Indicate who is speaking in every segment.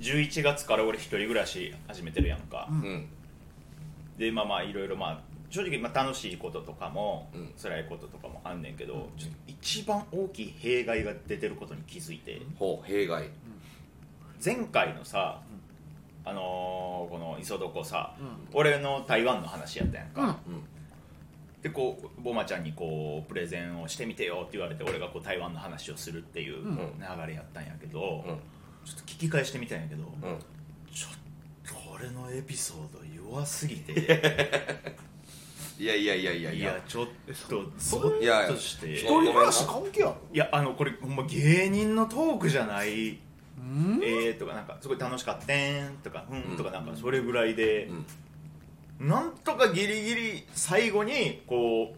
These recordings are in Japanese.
Speaker 1: 11月から俺一人暮らし始めてるやんか、
Speaker 2: う
Speaker 3: う
Speaker 2: ん
Speaker 3: ん
Speaker 1: でまあまあいろいろまあ正直まあ楽しいこととかも、
Speaker 3: うん
Speaker 1: 辛いこととかもあんねんけど、ちょっと一番大きい弊害が出てることに気づいて
Speaker 3: ほう弊害
Speaker 1: 前回のさ、あのーこの磯床さ、
Speaker 2: うん
Speaker 1: 俺の台湾の話やったやんか、
Speaker 2: うん
Speaker 3: うん
Speaker 1: でこうボマちゃんにこうプレゼンをしてみてよって言われて俺がこう台湾の話をするっていう流れやったんやけど、
Speaker 3: うん
Speaker 1: ちょっと聞き返してみたんやけど、
Speaker 3: うん
Speaker 1: ちょっと俺のエピソード弱すぎて
Speaker 3: いやいやいやいや
Speaker 1: い
Speaker 3: い
Speaker 1: や
Speaker 3: や
Speaker 1: ちょっとゾッとして
Speaker 3: いやい
Speaker 1: い
Speaker 3: や
Speaker 2: 一
Speaker 1: や
Speaker 2: 人暮らし関係ある
Speaker 1: あのこれほんま芸人のトークじゃない
Speaker 2: うん
Speaker 1: えーとかなんかすごい楽しかったんとかうんとかなんかそれぐらいで、
Speaker 3: うん
Speaker 1: なんとかギリギリ最後にこう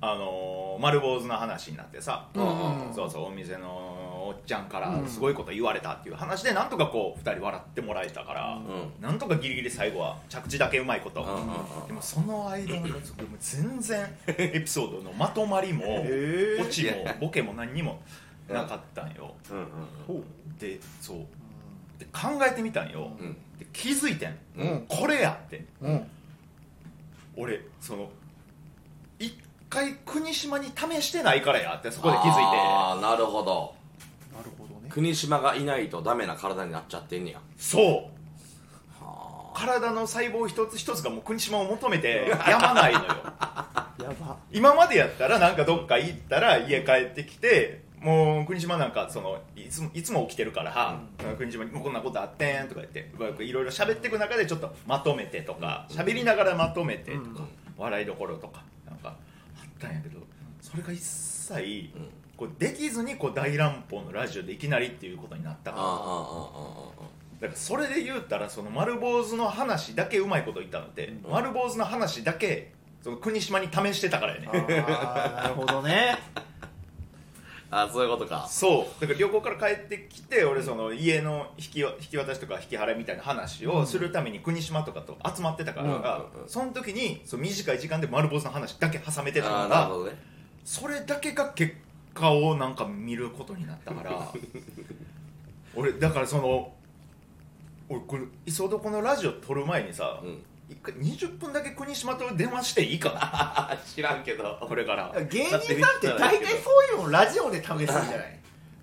Speaker 1: あのー丸坊主の話になってさ、
Speaker 2: うん
Speaker 1: そうそうお店のおっちゃんか
Speaker 2: う
Speaker 1: ら
Speaker 2: ん
Speaker 1: すごいこと言われたっていう話でなんとかこう2人笑ってもらえたから、
Speaker 3: う
Speaker 1: なんとかギリギリ最後は着地だけうまいこと、
Speaker 3: うんうんうん
Speaker 1: でもその間のやつでも全然エピソードのまとまりも
Speaker 2: へー
Speaker 1: オチもボケも何にもなかったんよ
Speaker 3: うんうん
Speaker 2: ほ
Speaker 1: でそうで考えてみたんよ、
Speaker 3: うん
Speaker 1: で気づいてん、
Speaker 2: うん
Speaker 1: これやって
Speaker 2: ううん
Speaker 1: 俺その一回国島に試してないからやってそこで気づいて
Speaker 3: ああなるほど
Speaker 2: なるほどね
Speaker 3: 国島がいないとダメな体になっちゃってんねや
Speaker 1: そう
Speaker 3: は
Speaker 1: 体の細胞一つ一つがもう国島を求めてやまないのよ
Speaker 2: やば
Speaker 1: 今までやったらなんかどっか行ったら家帰ってきてもう国島なんかそのいつもいつも起きてるから、国島にもうこんなことあってんとか言ってこういろいろ喋っていく中でちょっとまとめてとか喋りながらまとめてとか、
Speaker 2: うん
Speaker 1: 笑いどころとかなんかあったんやけどそれが一切こうできずにこう大乱暴のラジオでいきなりっていうことになった
Speaker 3: あ
Speaker 1: か
Speaker 3: あ
Speaker 1: ら。
Speaker 3: あああ
Speaker 1: だからそれで言うたらその丸坊主の話だけうまいこと言ったのって、
Speaker 2: うん
Speaker 1: 丸坊主の話だけその国島に試してたからやね
Speaker 2: あーなるほどね
Speaker 3: ああそういうことか
Speaker 1: そうだから旅行から帰ってきて俺その家の引きわ引き渡しとか引き払いみたいな話をするために国島とかと集まってたからが、
Speaker 3: うんうんうん
Speaker 1: その時にその短い時間で丸坊主の話だけ挟めてたか
Speaker 3: ああなる
Speaker 1: ら
Speaker 3: ほどね
Speaker 1: それだけが結果をなんか見ることになったから 俺だからその俺これ磯床のラジオ撮る前にさ、
Speaker 3: うん
Speaker 1: 一回20分だけ国島と電話していいか な
Speaker 3: あ知らんけど
Speaker 1: これから
Speaker 2: 芸人さんって大体そういうのをラジオで試すんじゃない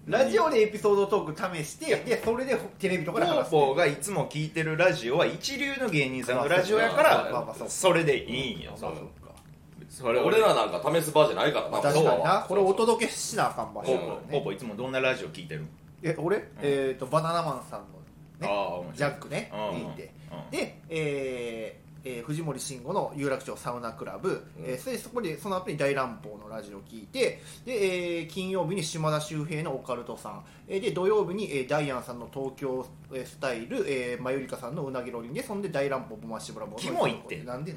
Speaker 2: ラジオでエピソードトーク試してでそれでテレビと
Speaker 1: ポ
Speaker 2: かで
Speaker 1: ー
Speaker 2: 話す
Speaker 1: ポーがいつも聞いてるラジオは一流の芸人さんのラジオやか
Speaker 2: まあまあそ
Speaker 1: ら
Speaker 2: う
Speaker 1: それでいいんよ
Speaker 2: まあそっか
Speaker 1: それ
Speaker 3: 俺らなんか試す場じゃないからな
Speaker 2: 確かに
Speaker 3: そう
Speaker 2: なこれお届けしなあかん場
Speaker 1: ポ
Speaker 2: 所
Speaker 1: ー
Speaker 2: だ
Speaker 1: ポ
Speaker 2: よ
Speaker 1: ーポー
Speaker 2: ね
Speaker 1: ポーいつもどんなラジオ聞いてるの
Speaker 2: え俺、えっ、とバナナマンさんのね
Speaker 1: ああ面白い
Speaker 2: ジャックね
Speaker 1: うん
Speaker 2: にいて
Speaker 1: うん
Speaker 2: で、えーえー藤森慎吾の有楽町サウナクラブ、
Speaker 3: うん
Speaker 2: えーそれでそこでその後に大乱暴のラジオを聞いてで、えー金曜日に島田秀平のオカルトさん、えーで土曜日に、えーダイアンさんの東京えースタイル、えー、マユリカさんのうなぎロリンでそんで大乱暴ボマシブラボ
Speaker 1: キモいって
Speaker 2: なんで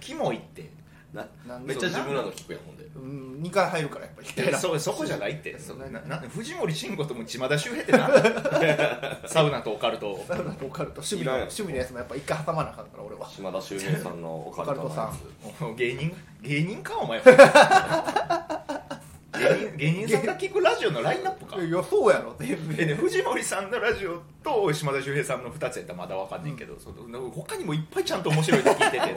Speaker 1: キモいって
Speaker 3: な
Speaker 2: なん
Speaker 3: めっちゃ自分らの聞くやんほんで
Speaker 2: うん2回入るからやっぱり大乱暴
Speaker 1: そそこじゃないってそ
Speaker 2: な
Speaker 1: なな藤森慎吾とも島田秀平ってな サウナとオカルト
Speaker 2: サウナとオカルト趣味
Speaker 3: いら
Speaker 2: の
Speaker 3: んやろ
Speaker 2: 趣味のやつもやっぱ一回挟まなあかんから俺は
Speaker 3: 島田秀平さんのオカルトのやつ
Speaker 1: お芸人芸人かお 前芸人芸人さんが聞くラジオのラインナップか
Speaker 2: いやそうやろ全部
Speaker 1: えね、藤森さんのラジオと島田秀平さんの2つやったらまだわかんないけど、その他にもいっぱいちゃんと面白いの聞いてて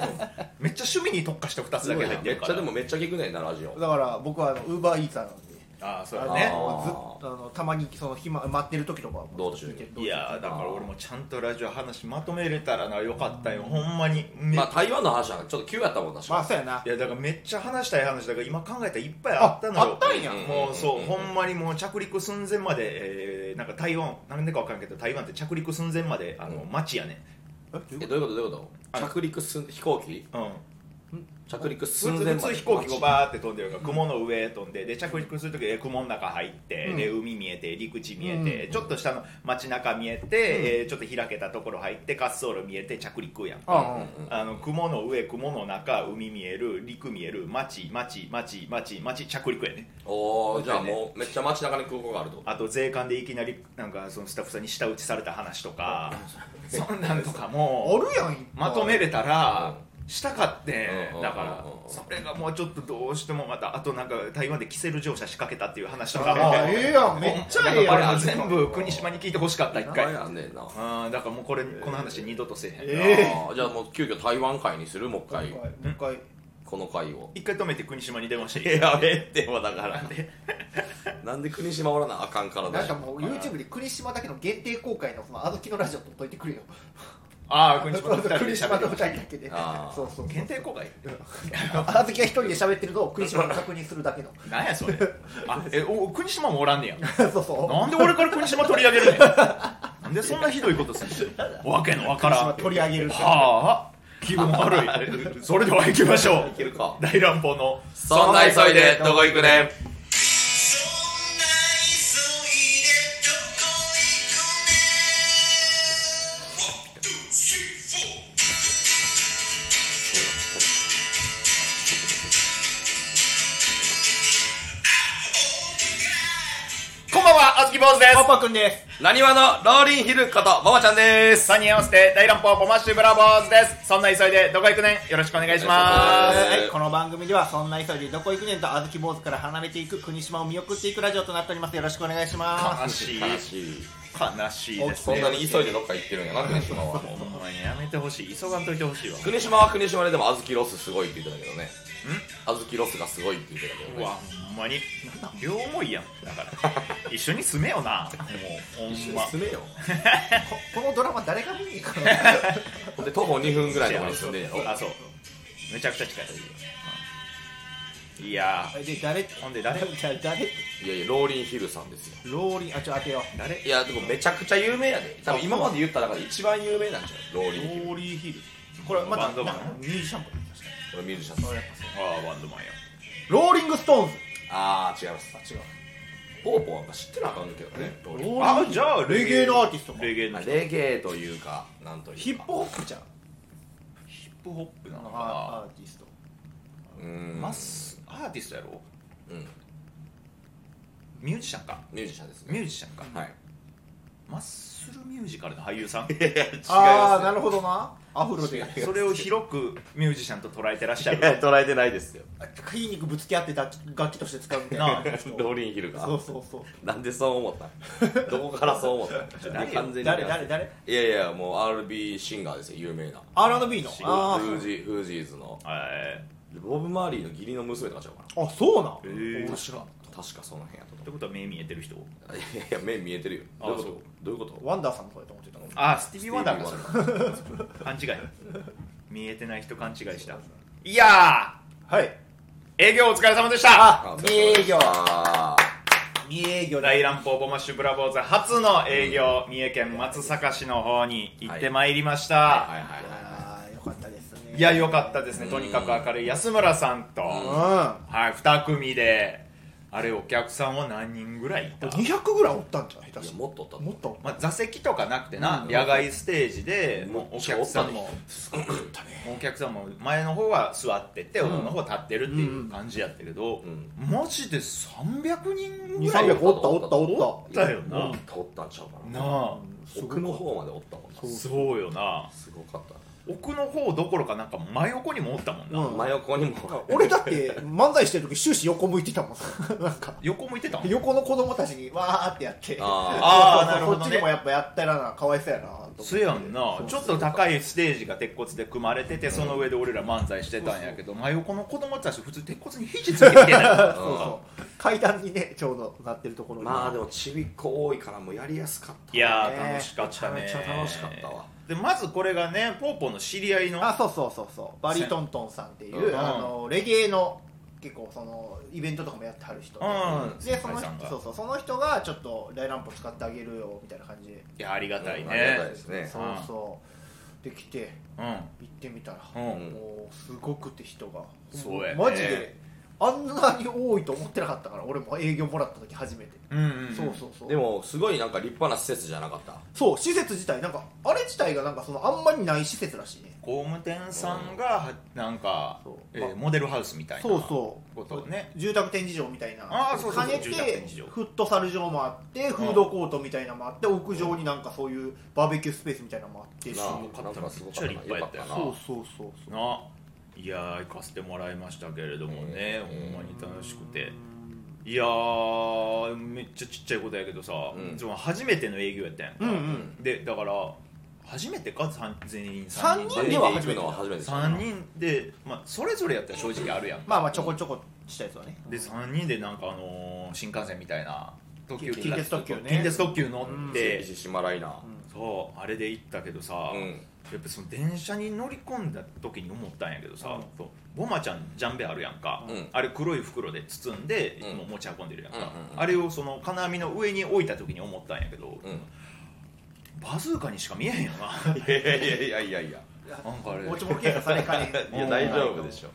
Speaker 1: めっちゃ趣味に特化した2つだけ入って
Speaker 3: め
Speaker 1: る
Speaker 3: っ
Speaker 1: か
Speaker 3: ちゃ
Speaker 1: ら
Speaker 3: でもめっちゃ聞くねんなラジオ
Speaker 2: だから僕はウーバーイーツァーなんで
Speaker 1: ああそう
Speaker 2: あ
Speaker 1: や
Speaker 2: の
Speaker 1: ね
Speaker 2: もうずっとあのたまにその暇待ってる時とかは
Speaker 3: 道中に
Speaker 2: 聞いてる
Speaker 1: いやーだから俺もちゃんとラジオ話まとめれたらなよかったよほんまに、め
Speaker 3: まあ台湾の話はちょっと急やったもん確
Speaker 2: まあ
Speaker 3: か
Speaker 2: そうやない
Speaker 1: やだからめっちゃ話したい話だから今考えたらいっぱいあったのよ
Speaker 2: ああったんや
Speaker 1: もうそう
Speaker 3: うん
Speaker 1: ほんまにもう着陸寸前まで、えーなんか台湾なんでかわかんないけど台湾って着陸寸前まであの街やね
Speaker 2: え
Speaker 3: にえどういうことどういうこ
Speaker 1: あ
Speaker 3: と着陸すん飛行機
Speaker 1: うん
Speaker 3: 着陸すん
Speaker 1: 普
Speaker 3: で
Speaker 1: 通普通飛行機こうバーって飛んでるから雲の上飛んでで着陸する時え雲の中入って、
Speaker 2: うん
Speaker 1: で海見えて陸地見えて、
Speaker 2: う
Speaker 1: ちょっと下の街中見えて、えーちょっと開けたところ入って滑走路見えて着陸やん
Speaker 3: うん
Speaker 2: ああ
Speaker 3: うん
Speaker 1: あの雲の上雲の中海見える陸見える街街街街街着陸やね
Speaker 3: おおじゃあもうめっちゃ街中に空港があると
Speaker 1: あと税関でいきなりなんかそのスタッフさんに舌打ちされた話とかそんなんとかも
Speaker 2: あるやんいっぱい
Speaker 1: まとめれたら
Speaker 3: う
Speaker 1: したかって
Speaker 3: うんうんうんうん
Speaker 1: だからそれがもうちょっとどうしてもまたあとなんか台湾でキセル乗車仕掛けたっていう話とかも
Speaker 2: あええやんめっちゃええやん
Speaker 1: あれも全部国島に聞いてほしかった一
Speaker 3: 名前
Speaker 1: 回
Speaker 3: やんねんな
Speaker 1: あーだからもうこれこの話二度とせえへん
Speaker 2: え
Speaker 3: あーじゃあもう急遽台湾会にするもう一
Speaker 2: え
Speaker 3: 回
Speaker 2: もう一回
Speaker 3: この会を
Speaker 1: 一回止めて国島に電話して
Speaker 3: いやええってもうだからなんで国島おらなあかんからだ
Speaker 2: なん
Speaker 3: よ
Speaker 2: かもう YouTube で栗島だけの限定公開のそのあずきのラジオ撮っといてくれよ
Speaker 1: ああ国島の二人で
Speaker 2: 栗島
Speaker 1: 喋
Speaker 2: の2
Speaker 1: る
Speaker 2: 人だけで
Speaker 3: あー
Speaker 2: そうそう
Speaker 1: 限定公開
Speaker 2: あずきが一人で喋ってるのを栗島が確認するだけの
Speaker 1: なんやそれあえお国島もおらんねや
Speaker 2: そうそ
Speaker 1: なんで俺から国島取り上げるねんなんでそんなひどいことすんのわけのわ
Speaker 2: う
Speaker 1: から
Speaker 2: 栗島
Speaker 1: ん
Speaker 2: 取り上げる
Speaker 1: はあ気分悪い それでは行きましょう
Speaker 3: いけるか
Speaker 1: 大乱暴の
Speaker 3: そんな急いでどこ行くねん
Speaker 4: そんな急いでどこ行くね One, two, three, four
Speaker 1: こんばんはあずき坊主で
Speaker 2: パパくんです
Speaker 3: なにわのローリンヒルことママちゃんです
Speaker 1: す3人合わせて大乱暴ボマッシュブラボーズですそんな急いでどこ行くねんよろしくお願いしま
Speaker 3: え
Speaker 1: す
Speaker 3: ー
Speaker 2: はい、この番組ではそんな急いでどこ行くねんとあずき坊主から離れていく国島を見送っていくラジオとなっておりますよろしくお願いします
Speaker 1: 悲しい
Speaker 3: 悲しい
Speaker 1: 悲しいです
Speaker 3: そん
Speaker 1: ね
Speaker 3: なに急いでどっか行ってるんやな国島は
Speaker 1: ほんまにやめてほしい急がんといてほしいわ
Speaker 3: 国島は国島ででも小豆ロスすごいって言ってたけどね小豆ロスがすごいって言ってたけど
Speaker 1: うわ
Speaker 3: ね
Speaker 1: ほんまに両思いやんだから一緒に住めよなもうほ
Speaker 3: 一緒
Speaker 1: ん
Speaker 3: に
Speaker 1: ま
Speaker 3: 住めよ
Speaker 2: ここのドラマ誰が見に行くの
Speaker 3: ほんで徒歩2分ぐらいのところに住んでんやろ
Speaker 1: あそうめちゃくちゃ近いいや
Speaker 2: で誰
Speaker 1: ーほんで誰
Speaker 2: 誰誰
Speaker 3: いやいやローリンヒルさんですよ
Speaker 2: ローリンあちょ当てよ
Speaker 1: 誰
Speaker 3: いやでもめちゃくちゃ有名やで多分今まで言った中で一番有名なんじゃないローリンヒル
Speaker 2: ローリンヒルこれま
Speaker 1: バ
Speaker 2: た
Speaker 1: ンドマン
Speaker 2: ミュージシャンか
Speaker 3: これミュージシャンです
Speaker 1: ああバンドマンや
Speaker 2: ローリングストーンズ
Speaker 3: あー違いますポーポーなんか知ってなあかんけどねローリン
Speaker 2: ロー
Speaker 1: あ
Speaker 2: リン
Speaker 1: じゃあ
Speaker 2: レゲエのアーティストか
Speaker 1: レゲエの
Speaker 3: まあ
Speaker 1: 人
Speaker 3: レゲエというかなんというか
Speaker 2: ヒップホップじゃん
Speaker 1: ヒップホップなの
Speaker 2: ア
Speaker 1: か
Speaker 2: ーティスト
Speaker 3: うん
Speaker 1: なマスアーティストやろ
Speaker 3: うん
Speaker 1: ミュージシャンか
Speaker 3: ミュージシャンです
Speaker 1: ミ
Speaker 3: ね
Speaker 1: ュージシャンか
Speaker 3: はい
Speaker 1: マッスルミュージカルの俳優さん
Speaker 2: ああなる
Speaker 3: ほ
Speaker 2: ほどなアフロで
Speaker 1: それを広くミュージシャンと捉えてらっしゃる
Speaker 3: 捉えてないですよ
Speaker 2: 筋肉ぶつけ合って楽器楽器として使うみたい
Speaker 1: なあ
Speaker 2: な
Speaker 3: ローリンヒルが
Speaker 2: そうそうそう
Speaker 3: なんでそう思ったんどこからそう思ったん
Speaker 1: 誰よ
Speaker 3: 完全に
Speaker 2: 誰誰誰
Speaker 3: いやいやもう RB シンガーですよ有名な
Speaker 2: R&B のあ
Speaker 3: フージフージーズの
Speaker 1: え
Speaker 3: ボブ・マーリーの義理の娘とかちゃうか
Speaker 2: ーあそうなん
Speaker 1: えー
Speaker 2: 面白い
Speaker 3: な確かその辺やった
Speaker 1: ってことは目見えてる人
Speaker 3: と思ういやいや目見えてるよ
Speaker 1: あ
Speaker 3: どういうこ
Speaker 1: そう
Speaker 3: とどういうこと
Speaker 2: ワンダーさんとかやと思ってたの
Speaker 1: ああスティービー・ワンダーか
Speaker 3: スティー
Speaker 1: それ勘違い見えてない人勘違いしたいや
Speaker 2: はい
Speaker 1: ー営業お疲れ様でした
Speaker 3: あ
Speaker 2: 見えよ
Speaker 3: あ
Speaker 2: 未営業
Speaker 1: 大乱暴ボマッシュブラボーズ初の営業、三重県松阪市の方に行ってまいりました、
Speaker 3: はいはいは
Speaker 2: ああよかったですね
Speaker 1: いや良かったですねとにかく明るい安村さんと、
Speaker 2: うん
Speaker 1: は
Speaker 2: こ
Speaker 1: い2組であれお客さんは何人ぐらいいた
Speaker 2: れ、200ぐらいおったんじゃん下
Speaker 3: い
Speaker 2: 手
Speaker 3: いや
Speaker 2: して
Speaker 3: もっとおったと
Speaker 2: も
Speaker 3: 思
Speaker 2: っと
Speaker 1: まあ、座席とかなくてな、
Speaker 2: うん
Speaker 1: 野外ステージで
Speaker 3: う
Speaker 1: もうお客さんも
Speaker 3: すごかったね
Speaker 1: お客さんも前の方は座ってて、後ろの方は立ってるっていう感じやったけど、
Speaker 3: うん
Speaker 1: マジで300人ぐらい
Speaker 2: 300おったおったお
Speaker 1: おったよな
Speaker 3: おったおったんちゃう
Speaker 1: な
Speaker 3: かな
Speaker 1: あ
Speaker 2: った
Speaker 3: 奥の方までおったもんな
Speaker 2: そう
Speaker 1: そうよな
Speaker 3: すごかった
Speaker 1: 奥の方どころかなんか真横にもおったもんな、
Speaker 2: うん
Speaker 3: 真横にも
Speaker 2: 俺だって漫才してる時終始横向いてたもん なんか
Speaker 1: 横向いてたもん
Speaker 2: 横の子供たちにわーってやって
Speaker 3: あ
Speaker 1: ーなるほどね
Speaker 2: こっちにもやっぱやったらなかわいそうやなと思って
Speaker 1: そうやんなちょっと高いステージが鉄骨で組まれててその上で俺ら漫才してたんやけど真横の子供たち普通鉄骨に肘つけてた
Speaker 2: そうそう階段にねちょうどなってるところに
Speaker 3: まあでもちびっこ多いからもうやりやすかった
Speaker 1: いやー楽しかったね
Speaker 3: めちゃめちゃ楽しかったわ
Speaker 1: でまずこれがねぽーぽーの知り合いの
Speaker 2: あそうそうそうそうバリトントンさんっていう、
Speaker 1: うん
Speaker 2: あのレゲエの結構そのイベントとかもやってはる人で,、
Speaker 1: うん
Speaker 2: でその
Speaker 1: 先輩さんが
Speaker 2: 人そうそうその人がちょっと大乱歩使ってあげるよみたいな感じで、
Speaker 1: いやありがたい
Speaker 3: うんありがたい
Speaker 1: ね
Speaker 3: ですね
Speaker 2: そうそうで来て
Speaker 1: うん
Speaker 2: 行ってみたら、
Speaker 1: うん
Speaker 2: もうすごくて人が
Speaker 1: そうやね
Speaker 2: マジであんなに多いと思ってなかったから俺も営業もらった時初めて、
Speaker 1: うんうんうん
Speaker 2: そうそうそう
Speaker 3: でもすごいなんか立派な施設じゃなかった
Speaker 2: そう施設自体なんかあれ自体がなんかそのあんまりない施設らしいね
Speaker 1: 工務店さんがはなんか
Speaker 2: そう、
Speaker 1: え
Speaker 2: まあ
Speaker 1: ーモデルハウスみたいな
Speaker 2: そうそう
Speaker 1: ことをね
Speaker 2: 住宅展示場みたいな
Speaker 1: あーそうそうそう
Speaker 2: 兼ね
Speaker 1: 住宅展
Speaker 2: て
Speaker 1: 示場
Speaker 2: フットサル場もあってフードコートみたいなのもあって屋上になんかそういうバーベキュースペースみたいなのもあって
Speaker 3: なあなんかすごかったな
Speaker 1: めっちゃ立派やったよな
Speaker 2: そうそうそうそう
Speaker 1: ないやー行かせてもらいましたけれどもね、
Speaker 3: うん
Speaker 1: ほんまに楽しくていやーめっちゃちっちゃいことやけどさ、
Speaker 3: うん
Speaker 1: その初めての営業やったやんか、
Speaker 2: うんう
Speaker 3: うんん
Speaker 1: でだから初めてか三全員
Speaker 2: 三
Speaker 1: 3
Speaker 2: 人
Speaker 1: 人
Speaker 3: 全員
Speaker 1: で
Speaker 3: で
Speaker 2: は
Speaker 3: 行くのは初めてでした
Speaker 1: 3人で、まあ、それぞれやったら正直あるやん
Speaker 2: まあまあちょこちょこしたやつはね
Speaker 1: で3人でなんか、あのー新幹線みたいな特急
Speaker 2: 近鉄特急ね
Speaker 1: 近鉄特急乗って、
Speaker 3: で石島ライナー
Speaker 1: そうあれで行ったけどさ、
Speaker 3: うん、
Speaker 1: やっぱその電車に乗り込んだ時に思ったんやけどさ、
Speaker 2: うん
Speaker 1: そうボマちゃんジャンベあるやんか、
Speaker 3: うん
Speaker 1: あれ黒い袋で包んで、いつ
Speaker 3: うん
Speaker 1: も持ち運んでるやんか、
Speaker 3: うんうんうん
Speaker 1: あれをその金網の上に置いた時に思ったんやけど、
Speaker 3: うん
Speaker 1: バズーカにしか見えへんよな
Speaker 3: いやいやいやいやいや
Speaker 1: なんかあれ
Speaker 2: もうちょこ経過されかね
Speaker 3: いや大丈夫でしょ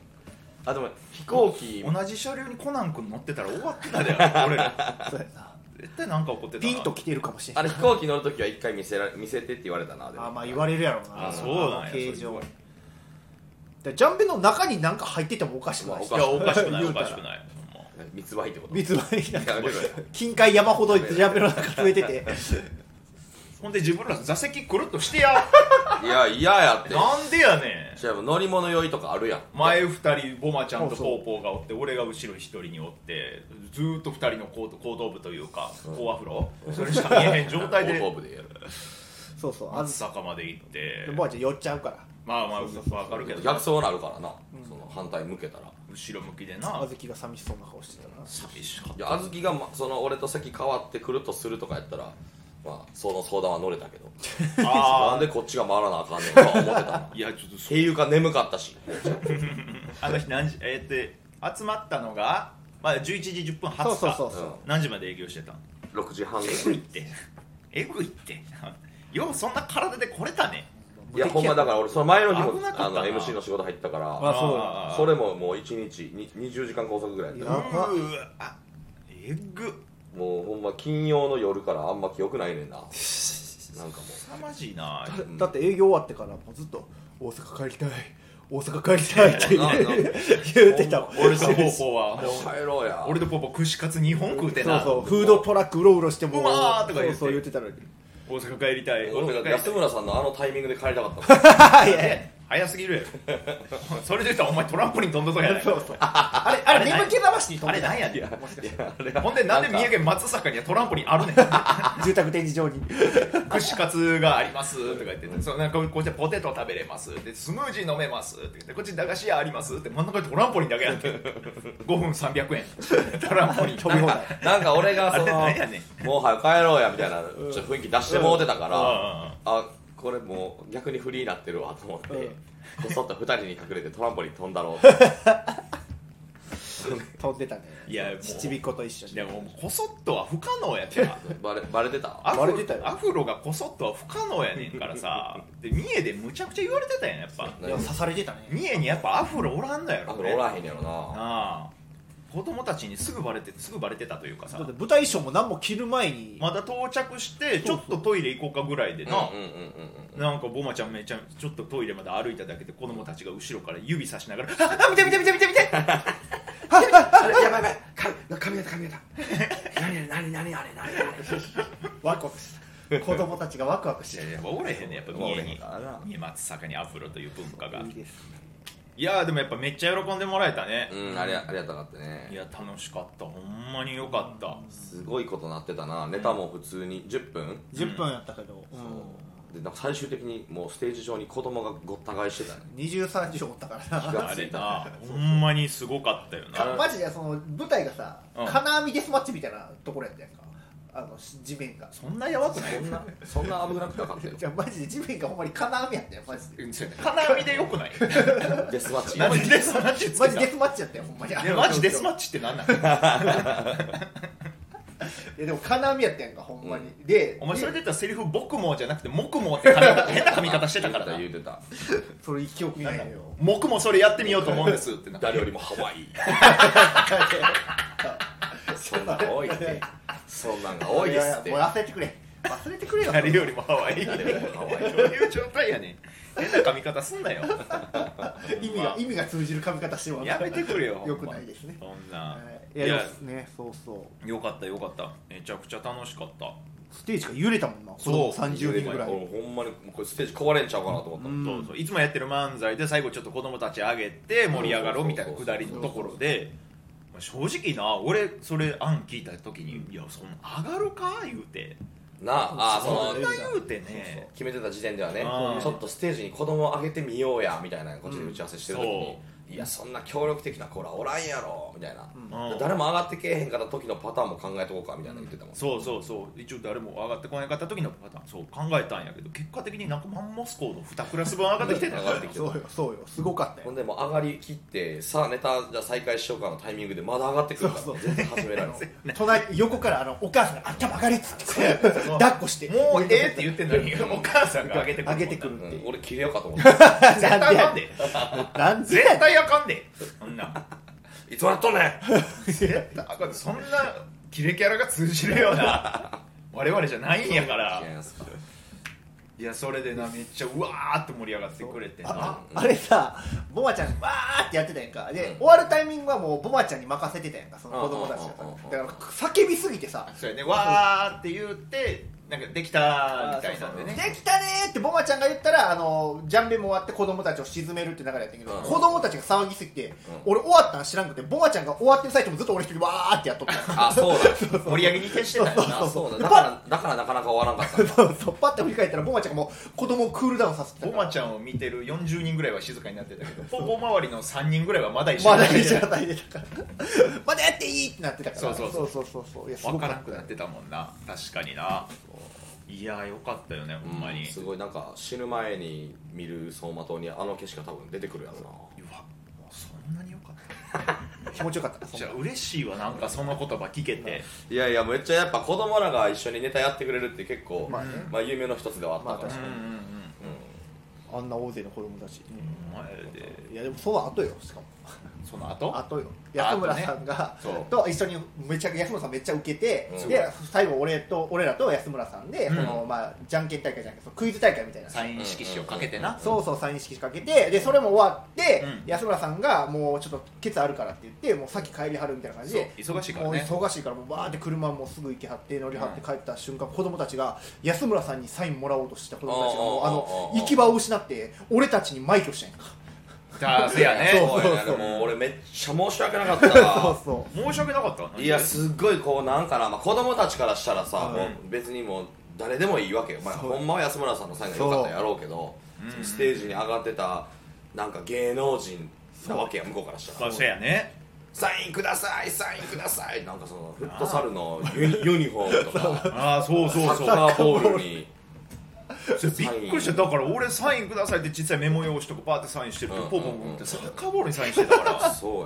Speaker 3: あでも飛行機
Speaker 1: 同じ車両にコナン君乗ってたら終わってたで俺ら
Speaker 2: そうやな
Speaker 1: 絶対なんか怒ってたな
Speaker 2: ピンと来てるかもしれな
Speaker 3: あ
Speaker 2: い
Speaker 3: れ飛行機乗るときは一回見せら見せてって言われたなでも
Speaker 2: あーまあ言われるやろうな
Speaker 1: あそうなんや
Speaker 2: 形
Speaker 1: そ
Speaker 2: 状
Speaker 1: れ
Speaker 2: でジャンベの中に何か入っててもおかしくないし
Speaker 1: いやおかしくない
Speaker 2: 言
Speaker 1: お
Speaker 2: うたら
Speaker 1: かしくないほんま
Speaker 3: 密売ってこと
Speaker 2: 密売になんか
Speaker 3: やめろよ
Speaker 2: 近海山ほどジャンベの中詰めてて
Speaker 1: ほんで自分ら座席くるっとしてや
Speaker 3: いや嫌やって
Speaker 1: なんでやねん
Speaker 3: じゃあ乗り物酔いとかあるやん
Speaker 1: 前2人ボマちゃんと
Speaker 2: そうそう
Speaker 1: ポーポーがおって俺が後ろ1人におってずーっと2人の後後頭部というか後アフロそれしか見えへん状態で
Speaker 3: 後頭部でやる
Speaker 2: そうそうあ
Speaker 1: 松
Speaker 2: ずさ
Speaker 1: 坂まで行って
Speaker 2: おばあちゃん寄っちゃうから
Speaker 1: まあまあ分かるけど
Speaker 3: 逆
Speaker 1: な
Speaker 3: 走なるからな、その反対向けたら
Speaker 1: 後ろ向きで
Speaker 2: あ
Speaker 1: な
Speaker 2: ずきが寂しそうな顔してたな
Speaker 1: 寂しかっ
Speaker 3: い
Speaker 1: た
Speaker 3: や小豆が、ま、その俺と席変わってくるとするとかやったらまあその相談は乗れたけど
Speaker 1: あ
Speaker 3: な
Speaker 1: ー
Speaker 3: んでこっちが回らなあかんねんとは思ってたな っ
Speaker 1: いやちょっとそ
Speaker 3: ていうか眠かったし
Speaker 1: あの日何時えーって集まったのがまあ11時10分20日
Speaker 2: そうそうそうそう、
Speaker 1: 何時まで営業してたの
Speaker 3: 6時半ぐら
Speaker 1: え
Speaker 3: い
Speaker 1: ぐい ってえぐいってようそんな体で来れたね
Speaker 3: いやほんまだから俺その前の日も
Speaker 1: 危なかったな
Speaker 3: あの MC の仕事入ったか
Speaker 2: あ
Speaker 3: ら
Speaker 2: そう
Speaker 1: あー
Speaker 3: それももう1日に20時間拘束ぐらいやった
Speaker 2: やば
Speaker 1: うーあえぐ
Speaker 3: もうほんま金曜の夜からあんま記憶ないね んななんかも
Speaker 1: 凄まじいな
Speaker 2: だだって営業終わってからもうずっと「大阪帰りたい大阪帰りたい」って言
Speaker 3: なな
Speaker 2: う言うてたもん
Speaker 1: 俺とポーポーは
Speaker 3: う
Speaker 1: もう
Speaker 3: 帰ろうや
Speaker 1: 俺とポーポー串カツ2本食うて
Speaker 2: そう
Speaker 1: な
Speaker 2: そうフードトラックうろうろしても
Speaker 1: うわーとか言って
Speaker 2: そうそう言ってたのに
Speaker 1: 大阪帰りたい大
Speaker 3: 俺
Speaker 1: 阪
Speaker 3: も
Speaker 1: 帰り
Speaker 3: 安
Speaker 1: たい
Speaker 3: 村さんのあのタイミングで帰りたかったもん
Speaker 2: はいはい
Speaker 1: 早すぎるや ろそれで言ったらお前トランポリン飛んだとやない
Speaker 2: そうそうあれあれ
Speaker 1: あれ
Speaker 2: 眠気覚ましに飛
Speaker 1: あ
Speaker 2: ん
Speaker 1: れ
Speaker 2: で
Speaker 1: な
Speaker 2: た
Speaker 1: んやねん
Speaker 3: いやあれは
Speaker 1: ほんでなんで三重県松阪にはトランポリンあるねん
Speaker 2: 住宅展示場に
Speaker 1: 串カツがありますとか言っててそうなんかこっちはポテト食べれますでスムージー飲めますって言ってこっち駄菓子屋ありますって真ん中にトランポリンだけや って5分300円トランポリン
Speaker 2: 飛び放 題
Speaker 3: なんか俺がその
Speaker 1: あれ何やね
Speaker 3: もう早く帰ろうやみたいなちょっと雰囲気出してもうてたから、
Speaker 1: うん
Speaker 3: あこれもう逆にフリーになってるわと思って、
Speaker 2: うん
Speaker 3: こそっと二人に隠れてトランポリン飛んだろうって
Speaker 2: 飛んでたね
Speaker 1: いやもう
Speaker 2: ちちびっ子と一緒に
Speaker 1: でもこそっとは不可能やってな
Speaker 3: バレバレてた
Speaker 1: アフ
Speaker 2: バレてた
Speaker 1: ロ
Speaker 2: よ
Speaker 1: アフロがこそっとは不可能やねんからさで三重でむちゃくちゃ言われてたやんやっぱ
Speaker 2: いや刺されてたね
Speaker 1: 三重にやっぱアフロおらんのやろ、
Speaker 3: ア
Speaker 1: ね、
Speaker 3: フロおらへんやろな
Speaker 1: なあ子供たちにすぐバレてすぐバレてたというかさ
Speaker 2: だって舞台衣装も何も着る前に、
Speaker 1: まだ到着してちょっとトイレ行こうかぐらいでな、
Speaker 3: うんうんうんうん
Speaker 1: なんかボマちゃんめちゃちょっとトイレまで歩いただけで子供たちが後ろから指さしながら「ああ見て見て見て見て見て!」
Speaker 3: あれやばいやばいか髪型髪型何何何あれ何あ
Speaker 2: ワクワクした子供たちがワクワクし
Speaker 1: い
Speaker 2: て
Speaker 1: やいややっぱおれへんねやっぱ三
Speaker 3: お
Speaker 1: 重
Speaker 3: れへん
Speaker 1: に
Speaker 3: からな
Speaker 1: 三重松阪にアフロという文化が
Speaker 2: いいです
Speaker 1: いやーでもやっぱめっちゃ喜んでもらえたね、
Speaker 3: れうんあれありがたかったね
Speaker 1: いや楽しかったほんまによかった、
Speaker 3: すごいことなってたなネタも普通に10分、
Speaker 2: 10分やったけど、うん
Speaker 3: でなんか最終的にもうステージ上に子供がごった返してたね
Speaker 2: 23時おったからな
Speaker 3: 気が
Speaker 1: あ
Speaker 3: つ
Speaker 1: れ
Speaker 3: いた
Speaker 1: なほんまにすごかったよ
Speaker 2: か
Speaker 1: な
Speaker 2: マジでその舞台がさ、
Speaker 1: うん
Speaker 2: 金網デスマッチみたいなところやったやんかあのし地面が
Speaker 1: そんなやばくない
Speaker 3: そんなそんな危なくなかったよ
Speaker 2: じゃあマジで地面がほんまに金網やったよマジで
Speaker 1: 金網でよくない
Speaker 3: デスマッチ
Speaker 1: なんでデスマッチつけ
Speaker 2: マ
Speaker 1: た
Speaker 2: ジデスマッチやったよほんまに
Speaker 1: いやマジデスマ
Speaker 2: ッ
Speaker 1: ッチってなんなの
Speaker 2: チやでも金網やったやんかほんまに、で
Speaker 1: お前それ
Speaker 2: で
Speaker 1: で言ったらセリフ「僕も」じゃなくて「僕も」って髪型変な髪型してたからな
Speaker 3: 言うてた
Speaker 2: それ記憶にないよ
Speaker 1: 僕もそれやってみようと思うんですってな
Speaker 3: 誰よりもハワイそんなん多いってそんなんが多いですって
Speaker 2: ややもう忘れてくれ忘れて くれよ
Speaker 1: 誰よりもハワイ
Speaker 3: 誰よりもハワイ
Speaker 1: ど ういう状態やねん変な髪型すんなよ
Speaker 2: 意味が意味が通じる髪型しても
Speaker 1: やめてくれよ
Speaker 2: よくないですね
Speaker 1: そんな
Speaker 2: はい
Speaker 1: い
Speaker 2: いや
Speaker 1: や
Speaker 2: ねそうそう
Speaker 1: よかったよかっためちゃくちゃ楽しかった
Speaker 2: ステージが揺れたもんな
Speaker 1: そう
Speaker 2: 子供30人ぐらい
Speaker 3: ほんまにもうこれステージ壊れんちゃうかなと思った、
Speaker 2: うん
Speaker 1: そうそういつもやってる漫才で最後ちょっと子供たち上げて盛り上がろうみたいなくだりのところでまあ正直な俺それ案聞いた時に「いやそんな上がるか?」言うて
Speaker 3: なああそ
Speaker 1: そ
Speaker 3: の
Speaker 1: んな言うてね
Speaker 3: 決めてた時点ではね
Speaker 1: うん
Speaker 3: ちょっとステージに子供をあげてみようやみたいなこっちで打ち合わせしてる時に、いやそんな協力的な子らおらんやろみたいな、
Speaker 1: うん
Speaker 3: 誰も上がってけえへんかった時のパターンも考えとこうかみたいな言ってたもん、
Speaker 1: そうそうそう一応誰も上がってこなかった時のパターンそう考えたんやけど結果的になんかマンモス校の2クラス分 上がってきてんだ
Speaker 3: 上がってきて
Speaker 2: そうよそうよすごかった
Speaker 3: ほ
Speaker 2: よ
Speaker 3: んでもう上がりきってさあネタじゃあ再開しようかのタイミングでまだ上がってくるから
Speaker 2: そうそう
Speaker 3: 全然始められん
Speaker 2: 隣横からあのお母さんが「あんた曲がれ」っつって抱っこして
Speaker 1: も うええって言ってんのにお母さんが上げてくる
Speaker 2: 上げてくる
Speaker 3: う
Speaker 2: っ
Speaker 3: ん
Speaker 2: て
Speaker 3: 俺切れようかと思って
Speaker 1: 絶 対あかんで
Speaker 2: なんで
Speaker 1: 絶対あかんでそんない
Speaker 3: つまっとんねん
Speaker 1: 絶対あかんでそんなキレキャラが通じるような我々じゃ ないんやから
Speaker 3: 違います
Speaker 1: いやそれでなめっちゃうわーって盛り上がってくれてな
Speaker 2: あああれさボマちゃんわーってやってたやんかで、
Speaker 3: うん
Speaker 2: 終わるタイミングはもうボマちゃんに任せてたやんかその子供たちが
Speaker 3: うんうんうんうん
Speaker 2: だから叫びすぎてさ
Speaker 1: そうやねわーって言ってなんかできたーみたいなんで
Speaker 2: で
Speaker 1: ね
Speaker 2: きたねーってボマちゃんが言ったらあのジャンベも終わって子供たちを沈めるって流れやったけど、
Speaker 3: うん
Speaker 2: 子供たちが騒ぎすぎて、俺終わったん知らんくてボマちゃんが終わってる最中もずっと俺一人わーってやっとった
Speaker 3: あそうだ
Speaker 1: 盛り上げに徹してたよ
Speaker 3: あ
Speaker 1: な
Speaker 3: そうだだからだからなかなか終わらんかったんだ
Speaker 2: そうそうパッて振り返ったらボマちゃんがもう子供をクールダウンさせてた
Speaker 1: ボ
Speaker 2: から
Speaker 1: マちゃんを見てる40人ぐらいは静かになってたけどポポ周りの3人ぐらいはまだ一緒
Speaker 2: ま
Speaker 1: に
Speaker 2: だ
Speaker 1: い
Speaker 2: 一
Speaker 1: て
Speaker 2: 緒にいてたからまだやっていいってなってたから
Speaker 1: そうそうそう
Speaker 2: そうそうそういやすご
Speaker 1: 分
Speaker 2: か
Speaker 1: か
Speaker 2: っ
Speaker 1: ら
Speaker 2: た
Speaker 1: なくなってたもんな確かにないやーよかったよねほんまに、
Speaker 3: すごいなんか死ぬ前に見る走馬灯にあの景色が多分出てくるやろな
Speaker 1: うわもうそんなによかった
Speaker 2: 気持ちよかった
Speaker 1: じゃあ嬉しいわなんかその言葉聞けて
Speaker 3: いやいやめっちゃやっぱ子供らが一緒にネタやってくれるって結構、まあ
Speaker 2: まあね
Speaker 3: 夢の一つではあったか
Speaker 2: まあ
Speaker 3: ら、
Speaker 2: 確
Speaker 1: うん
Speaker 2: か
Speaker 1: うん
Speaker 2: あんな大勢の子供たち、
Speaker 1: うんお前で
Speaker 2: いやでもその後よしかも
Speaker 1: その後
Speaker 2: 後よ安村さんが、
Speaker 3: 後ねそう
Speaker 2: と一緒にめちゃ安村さんめっちゃ受けて、
Speaker 3: うん
Speaker 2: で最後俺と俺らと安村さんで、
Speaker 1: うん
Speaker 2: そのまあじゃんけん大会じゃなくてそのクイズ大会みたいな
Speaker 1: サイン色紙をかけてな、
Speaker 2: そうそうサイン式かけてでそれも終わって、
Speaker 1: うん
Speaker 2: 安村さんがもうちょっとケツあるからって言ってもうさっき帰りはるみたいな感じで
Speaker 1: そう忙しいからね
Speaker 2: もう忙しいからもうバーって車もすぐ行きはって乗りはって帰った瞬間、子供たちが安村さんにサインもらおうとした子供たちがもうあの
Speaker 3: あー
Speaker 2: 行き場を失って俺たちに埋挙したんやんか
Speaker 1: だせやね
Speaker 3: そうやね
Speaker 2: そうそう
Speaker 3: でも俺めっちゃ申し訳なかったわ
Speaker 2: そうそう
Speaker 1: 申し訳なかったわ
Speaker 3: いやすっごいこうなんかな、まあ、子供たちからしたらさ、
Speaker 2: うん
Speaker 3: もう別にもう誰でもいいわけよ、まあ、
Speaker 2: そう
Speaker 3: ほんまは安村さんのサインが良かったやろうけど
Speaker 1: そう
Speaker 3: そのステージに上がってたなんか芸能人なわけや向こうからした
Speaker 1: まあ
Speaker 3: ら
Speaker 1: せやね
Speaker 3: サインくださいサインくださいなんかそのフットサルのユニユニフォームとか
Speaker 1: ああそうそう
Speaker 3: サ
Speaker 1: そ
Speaker 3: ッ
Speaker 1: う
Speaker 3: カーボールに
Speaker 1: それびっくりしただから俺サインくださいって実際メモ用紙とかバーってサインしてると
Speaker 3: うん
Speaker 1: ポポポンってサッカーボールにサインしてたから
Speaker 3: そう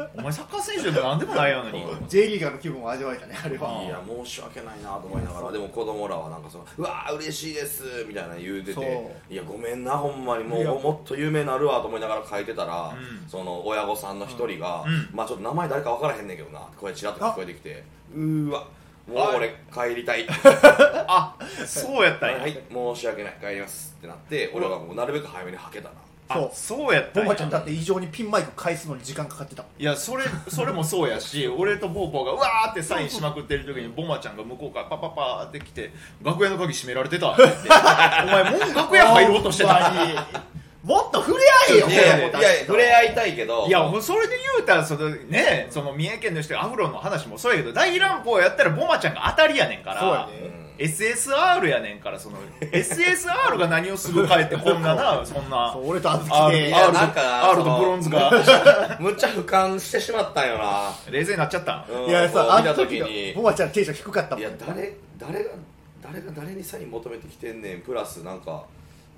Speaker 3: や
Speaker 1: お前サッカー選手でも何でもないやのに
Speaker 3: うん
Speaker 2: J リーガーの気分を味わえたねあれは
Speaker 1: あ
Speaker 3: いや申し訳ないなと思いながらでも子供らはなんかそのうわー嬉しいですみたいなの言うて
Speaker 2: そ
Speaker 3: て
Speaker 2: う
Speaker 3: いやごめんなほんまにも
Speaker 2: いうや
Speaker 3: もっと有名になるわと思いながら書いてたら、
Speaker 1: うん
Speaker 3: その親御さんの一人が、
Speaker 1: うん
Speaker 3: まあちょっと名前誰か分からへんねんけどなって声ちらっと聞こえてきてうーわもう俺帰りたい
Speaker 1: あそうやったんや、
Speaker 3: はい申し訳ない帰りますってなって俺はもうなるべく早めにはけたな
Speaker 1: あそうやった
Speaker 2: ボ
Speaker 1: ん
Speaker 2: マちゃんだ
Speaker 1: や
Speaker 2: って異常にピンマイク返すのに時間かかってたもん
Speaker 1: いやそれそれもそうやし俺とボーボーがうわーってサインしまくってる時にボマちゃんが向こうからパパパーって来て楽屋の鍵閉められてたって言ってお前もう楽屋入ろうとしてた
Speaker 2: ほんまにもっと触れ合えよ
Speaker 3: いやいや
Speaker 2: 子供
Speaker 3: い
Speaker 2: た
Speaker 3: や
Speaker 2: ちと
Speaker 3: 触れ合いたいけど
Speaker 1: いやもうそれで言うたらそのねその三重県の人がアフロの話もそうやけど大乱暴やったらボマちゃんが当たりやねんから
Speaker 2: そうやね
Speaker 3: うん
Speaker 1: SSR やねんからその SSR が何をするかってこんななそんな
Speaker 2: そう俺とあずき
Speaker 1: R,
Speaker 2: で
Speaker 3: いや
Speaker 1: R
Speaker 3: なんか
Speaker 1: と R とブロンズが
Speaker 3: むっちゃ俯瞰してしまったんよな、
Speaker 1: 冷静になっちゃったん
Speaker 3: うん
Speaker 2: いや
Speaker 3: こ
Speaker 2: さ
Speaker 3: う
Speaker 2: あ
Speaker 3: 見た
Speaker 2: の
Speaker 3: 時
Speaker 2: 時の
Speaker 3: に
Speaker 2: ボマちゃんテンション低かったもん
Speaker 3: いや誰誰が誰が誰にサイン求めてきてんねんプラスなんか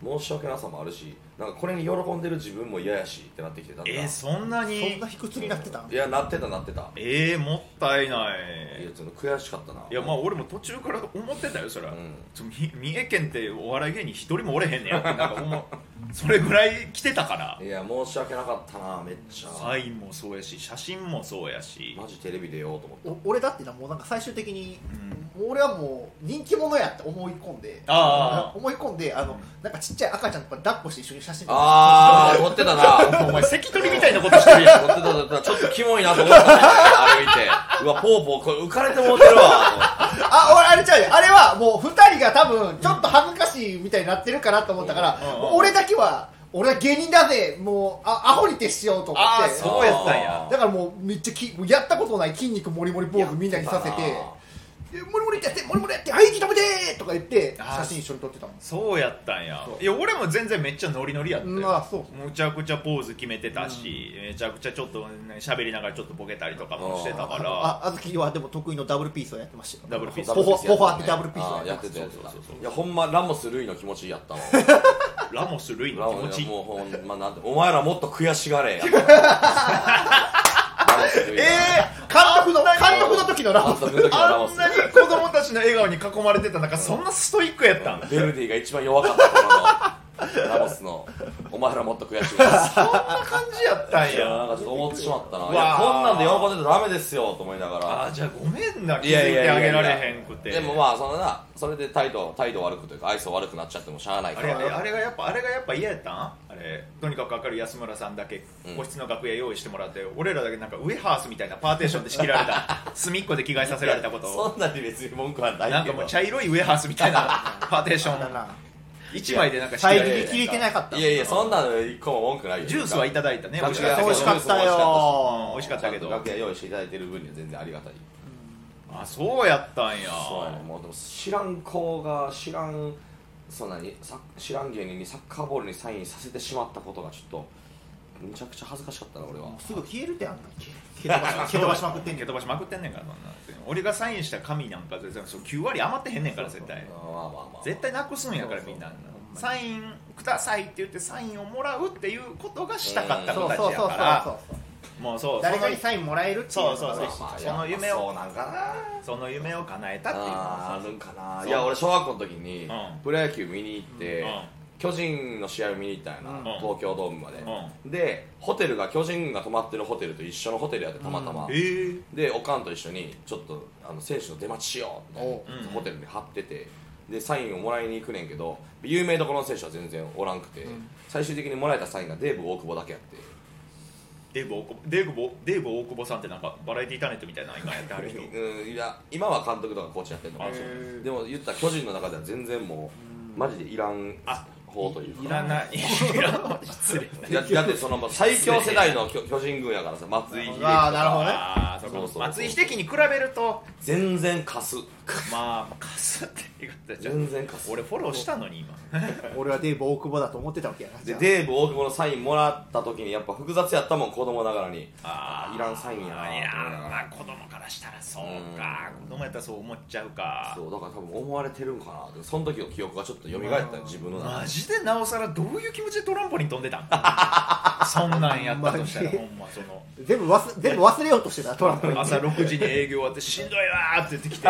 Speaker 3: 申し訳なさもあるしなんかこれに喜んでる自分も嫌やしってなってきてだんだん
Speaker 1: えー、そんなに
Speaker 2: そんな卑屈になってた
Speaker 3: いやなってたなってた
Speaker 1: えー、もったいない
Speaker 3: や
Speaker 1: い
Speaker 3: ちょっと悔しかったない
Speaker 1: やまあ俺も途中から思ってたよそれは、
Speaker 3: うん
Speaker 1: ちょみ三重県ってお笑い芸人一人もおれへんねやってなんか思うそれぐらい来てたから
Speaker 3: いや申し訳なかったなめっちゃ、
Speaker 1: サインもそうやし写真もそうやし
Speaker 3: マジテレビ出ようと思って
Speaker 2: お俺だってなもうなんか最終的に、俺はもう人気者やって思い込んで
Speaker 1: あ
Speaker 2: 思い込んであの、
Speaker 1: うん
Speaker 2: なんかちっちゃい赤ちゃんとか抱っこして一緒に写真撮って
Speaker 3: ああ持ってたな持って
Speaker 1: お前関取みたいなことしてるやん
Speaker 3: た持ってたちょっとキモいなと思った歩いてうわポーポーこれ浮かれてもうてるわ
Speaker 2: あ、俺、あれちゃうよあれはもう二人が多分、ちょっと恥ずかしいみたいになってるかなと思ったから、
Speaker 1: うんうん
Speaker 2: もう俺だけは、俺は芸人だぜ、もう、あアホに徹しようと思
Speaker 1: ああ
Speaker 2: って。
Speaker 1: そうやったんや
Speaker 2: だからもうめっちゃきもうやったことない筋肉もりもり防具みんなにさせて「えもりもりってやってもりもりやってはい息止めて!」とか言って
Speaker 1: あー
Speaker 2: 写真一緒に撮ってたもん
Speaker 1: そうやったんや
Speaker 2: そう
Speaker 1: いや俺も全然めっちゃノリノリやったよ、
Speaker 2: うんまあそう
Speaker 1: むちゃくちゃポーズ決めてたし、めちゃくちゃちょっとね喋、りながらちょっとボケたりとかもしてたか
Speaker 2: あ
Speaker 1: ら
Speaker 2: あずきはでも得意のダブルピースをやってましたよ
Speaker 1: ダブルピース
Speaker 2: ポフォポファってダブルピース
Speaker 3: あ
Speaker 2: を
Speaker 3: ー
Speaker 2: や
Speaker 3: や
Speaker 2: っ
Speaker 3: ってて
Speaker 2: ましたた
Speaker 3: やって
Speaker 2: そうそうそう
Speaker 3: たいやほんまラモス・ルイの気持ちやったわ
Speaker 1: ラモス・ルイ
Speaker 3: ラ
Speaker 1: の気
Speaker 3: モ
Speaker 1: 持
Speaker 3: ス
Speaker 1: ち
Speaker 3: もうほんまなんてお前らもっと悔しがれやラモスルイ
Speaker 1: え
Speaker 3: が
Speaker 2: 監督の監督の時のラモ
Speaker 3: あ
Speaker 2: ス
Speaker 3: その時のラ
Speaker 1: あ
Speaker 3: モ
Speaker 1: ん
Speaker 3: ス
Speaker 1: なに子供たちの笑顔に囲まれてた中そんなストイックやったん
Speaker 3: ベルディが一番弱かった頃のラモスのお前らもっと悔しいです
Speaker 1: そんな感じやったん
Speaker 3: いやな
Speaker 1: や
Speaker 3: んかちょっと思ってしまったな
Speaker 1: わ
Speaker 3: いやこんなんで喜んでたらダメですよと思いなが
Speaker 1: あ
Speaker 3: ら
Speaker 1: ーじゃあごめんな気づいてあげられへんくて
Speaker 3: でもまあそのなそれで態度態度悪くというか愛想悪くなっちゃってもしゃあない
Speaker 1: あ
Speaker 3: か
Speaker 1: れ
Speaker 3: ら
Speaker 1: あれあれがやっぱあれがやっぱ嫌やったんあれとにかく明るい安村さんだけ
Speaker 3: うん
Speaker 1: 個室の楽屋用意してもらって、俺らだけなんかウェハースみたいなパーテーションで仕切られた隅っこで着替えさせられたことを
Speaker 3: そんなに別に文句はないけど
Speaker 1: なんかもう茶色いウェハースみたいな パーテーショ
Speaker 2: だ
Speaker 1: ン
Speaker 2: な
Speaker 1: 一枚でなんか仕切ら
Speaker 2: 入
Speaker 1: れて
Speaker 2: りに切れてなかった
Speaker 3: いやいやそんなの一個も文句ないよ
Speaker 1: ジュースはいただいたね美味しかった
Speaker 2: 美味しか
Speaker 1: け
Speaker 2: ったよ
Speaker 1: ど美味しかったけ
Speaker 3: ちゃんと
Speaker 1: ど
Speaker 3: 楽屋用意していただいてる分には全然ありがたい
Speaker 1: あそうやったんや
Speaker 3: そうやねもうでも知らん子が知らんそんなにさ知らん芸人にサッカーボールにサインさせてしまったことがちょっとむちゃくちゃ恥ずかしかったな俺は
Speaker 2: すぐ消えるってあんな蹴飛ばし蹴飛ばしまくってん
Speaker 1: 蹴飛
Speaker 2: けど
Speaker 1: ばしまくってんねんからそんな俺がサインした紙なんか全然そう9割余ってへんねんから絶対
Speaker 3: まあまあまあまあ
Speaker 1: 絶対なくすんやから
Speaker 2: そうそう
Speaker 1: みんな
Speaker 2: ほんまに
Speaker 1: サインくださいって言ってサインをもらうっていうことがしたかった
Speaker 2: そ
Speaker 1: 子
Speaker 2: う
Speaker 1: たち
Speaker 2: そう
Speaker 1: や
Speaker 2: そうそう
Speaker 1: から
Speaker 2: そう
Speaker 1: もうそう
Speaker 2: 誰かにサインもらえるっていうのが
Speaker 1: そうそう
Speaker 3: まあまあ
Speaker 1: その夢を
Speaker 3: そうなんかな
Speaker 1: その夢を叶えたっていう
Speaker 3: あーあるんかな
Speaker 1: そう
Speaker 3: いや俺小学校の時に
Speaker 1: うん
Speaker 3: プロ野球見に行って、
Speaker 1: うん
Speaker 3: 巨人の試合を見に行ったんやな、
Speaker 2: うん
Speaker 3: 東京ドームまで、でホテルが巨人が泊まってるホテルと一緒のホテルやってたまたま、
Speaker 1: ええ
Speaker 3: でおかんと一緒にちょっとあの選手の出待ちしようみたいな
Speaker 2: お
Speaker 1: うん
Speaker 3: ホテルに張っててでサインをもらいに行くねんけど有名どころの選手は全然おらんくて、最終的にもらえたサインがデーブ大久保だけやって
Speaker 1: デーブ大久保デーブボデーブ大久保さんってなんかバラエティタレントみたいなの今やってはる人
Speaker 3: うんいや今は監督とかコーチやってるのかな
Speaker 1: あそう
Speaker 2: へー
Speaker 3: でも言ったら巨人の中では全然もうマジでいらん
Speaker 1: あ
Speaker 3: 方というか
Speaker 1: いらないいらない失礼
Speaker 3: だだってそのもう最強世代の巨巨人軍やからさ松井秀喜と
Speaker 2: ああなるほど
Speaker 3: か
Speaker 2: ね
Speaker 1: あーそうか
Speaker 3: そうそうそう
Speaker 1: 松井秀喜に比べると
Speaker 3: 全然貸す
Speaker 1: まあかすって言い方じゃん
Speaker 3: 全然貸す
Speaker 1: 俺フォローしたのに今
Speaker 2: 俺はデーブ大久保だと思ってたわけやな
Speaker 3: でデーブ大久保のサインもらった時にやっぱ複雑やったもん子供ながらに
Speaker 1: あー
Speaker 3: いらんサインやなと
Speaker 1: いや
Speaker 3: 思いなが
Speaker 1: まあ
Speaker 3: ら
Speaker 1: 子供からしたらそうか子供やったらそう思っちゃうか
Speaker 3: そうだから多分思われてるんかなってその時の記憶がちょっと蘇ったよ自分の中
Speaker 1: マ
Speaker 3: で
Speaker 1: ジでなおさらどういう気持ちでトランポリン飛んで たんそんなんやったとしたら
Speaker 2: ほ
Speaker 1: ほ
Speaker 2: ん
Speaker 1: んまその
Speaker 2: 全部忘れ全部終わ忘れようとしてたトランプ
Speaker 1: 朝6時に営業終わってしんどいわーって言ってきて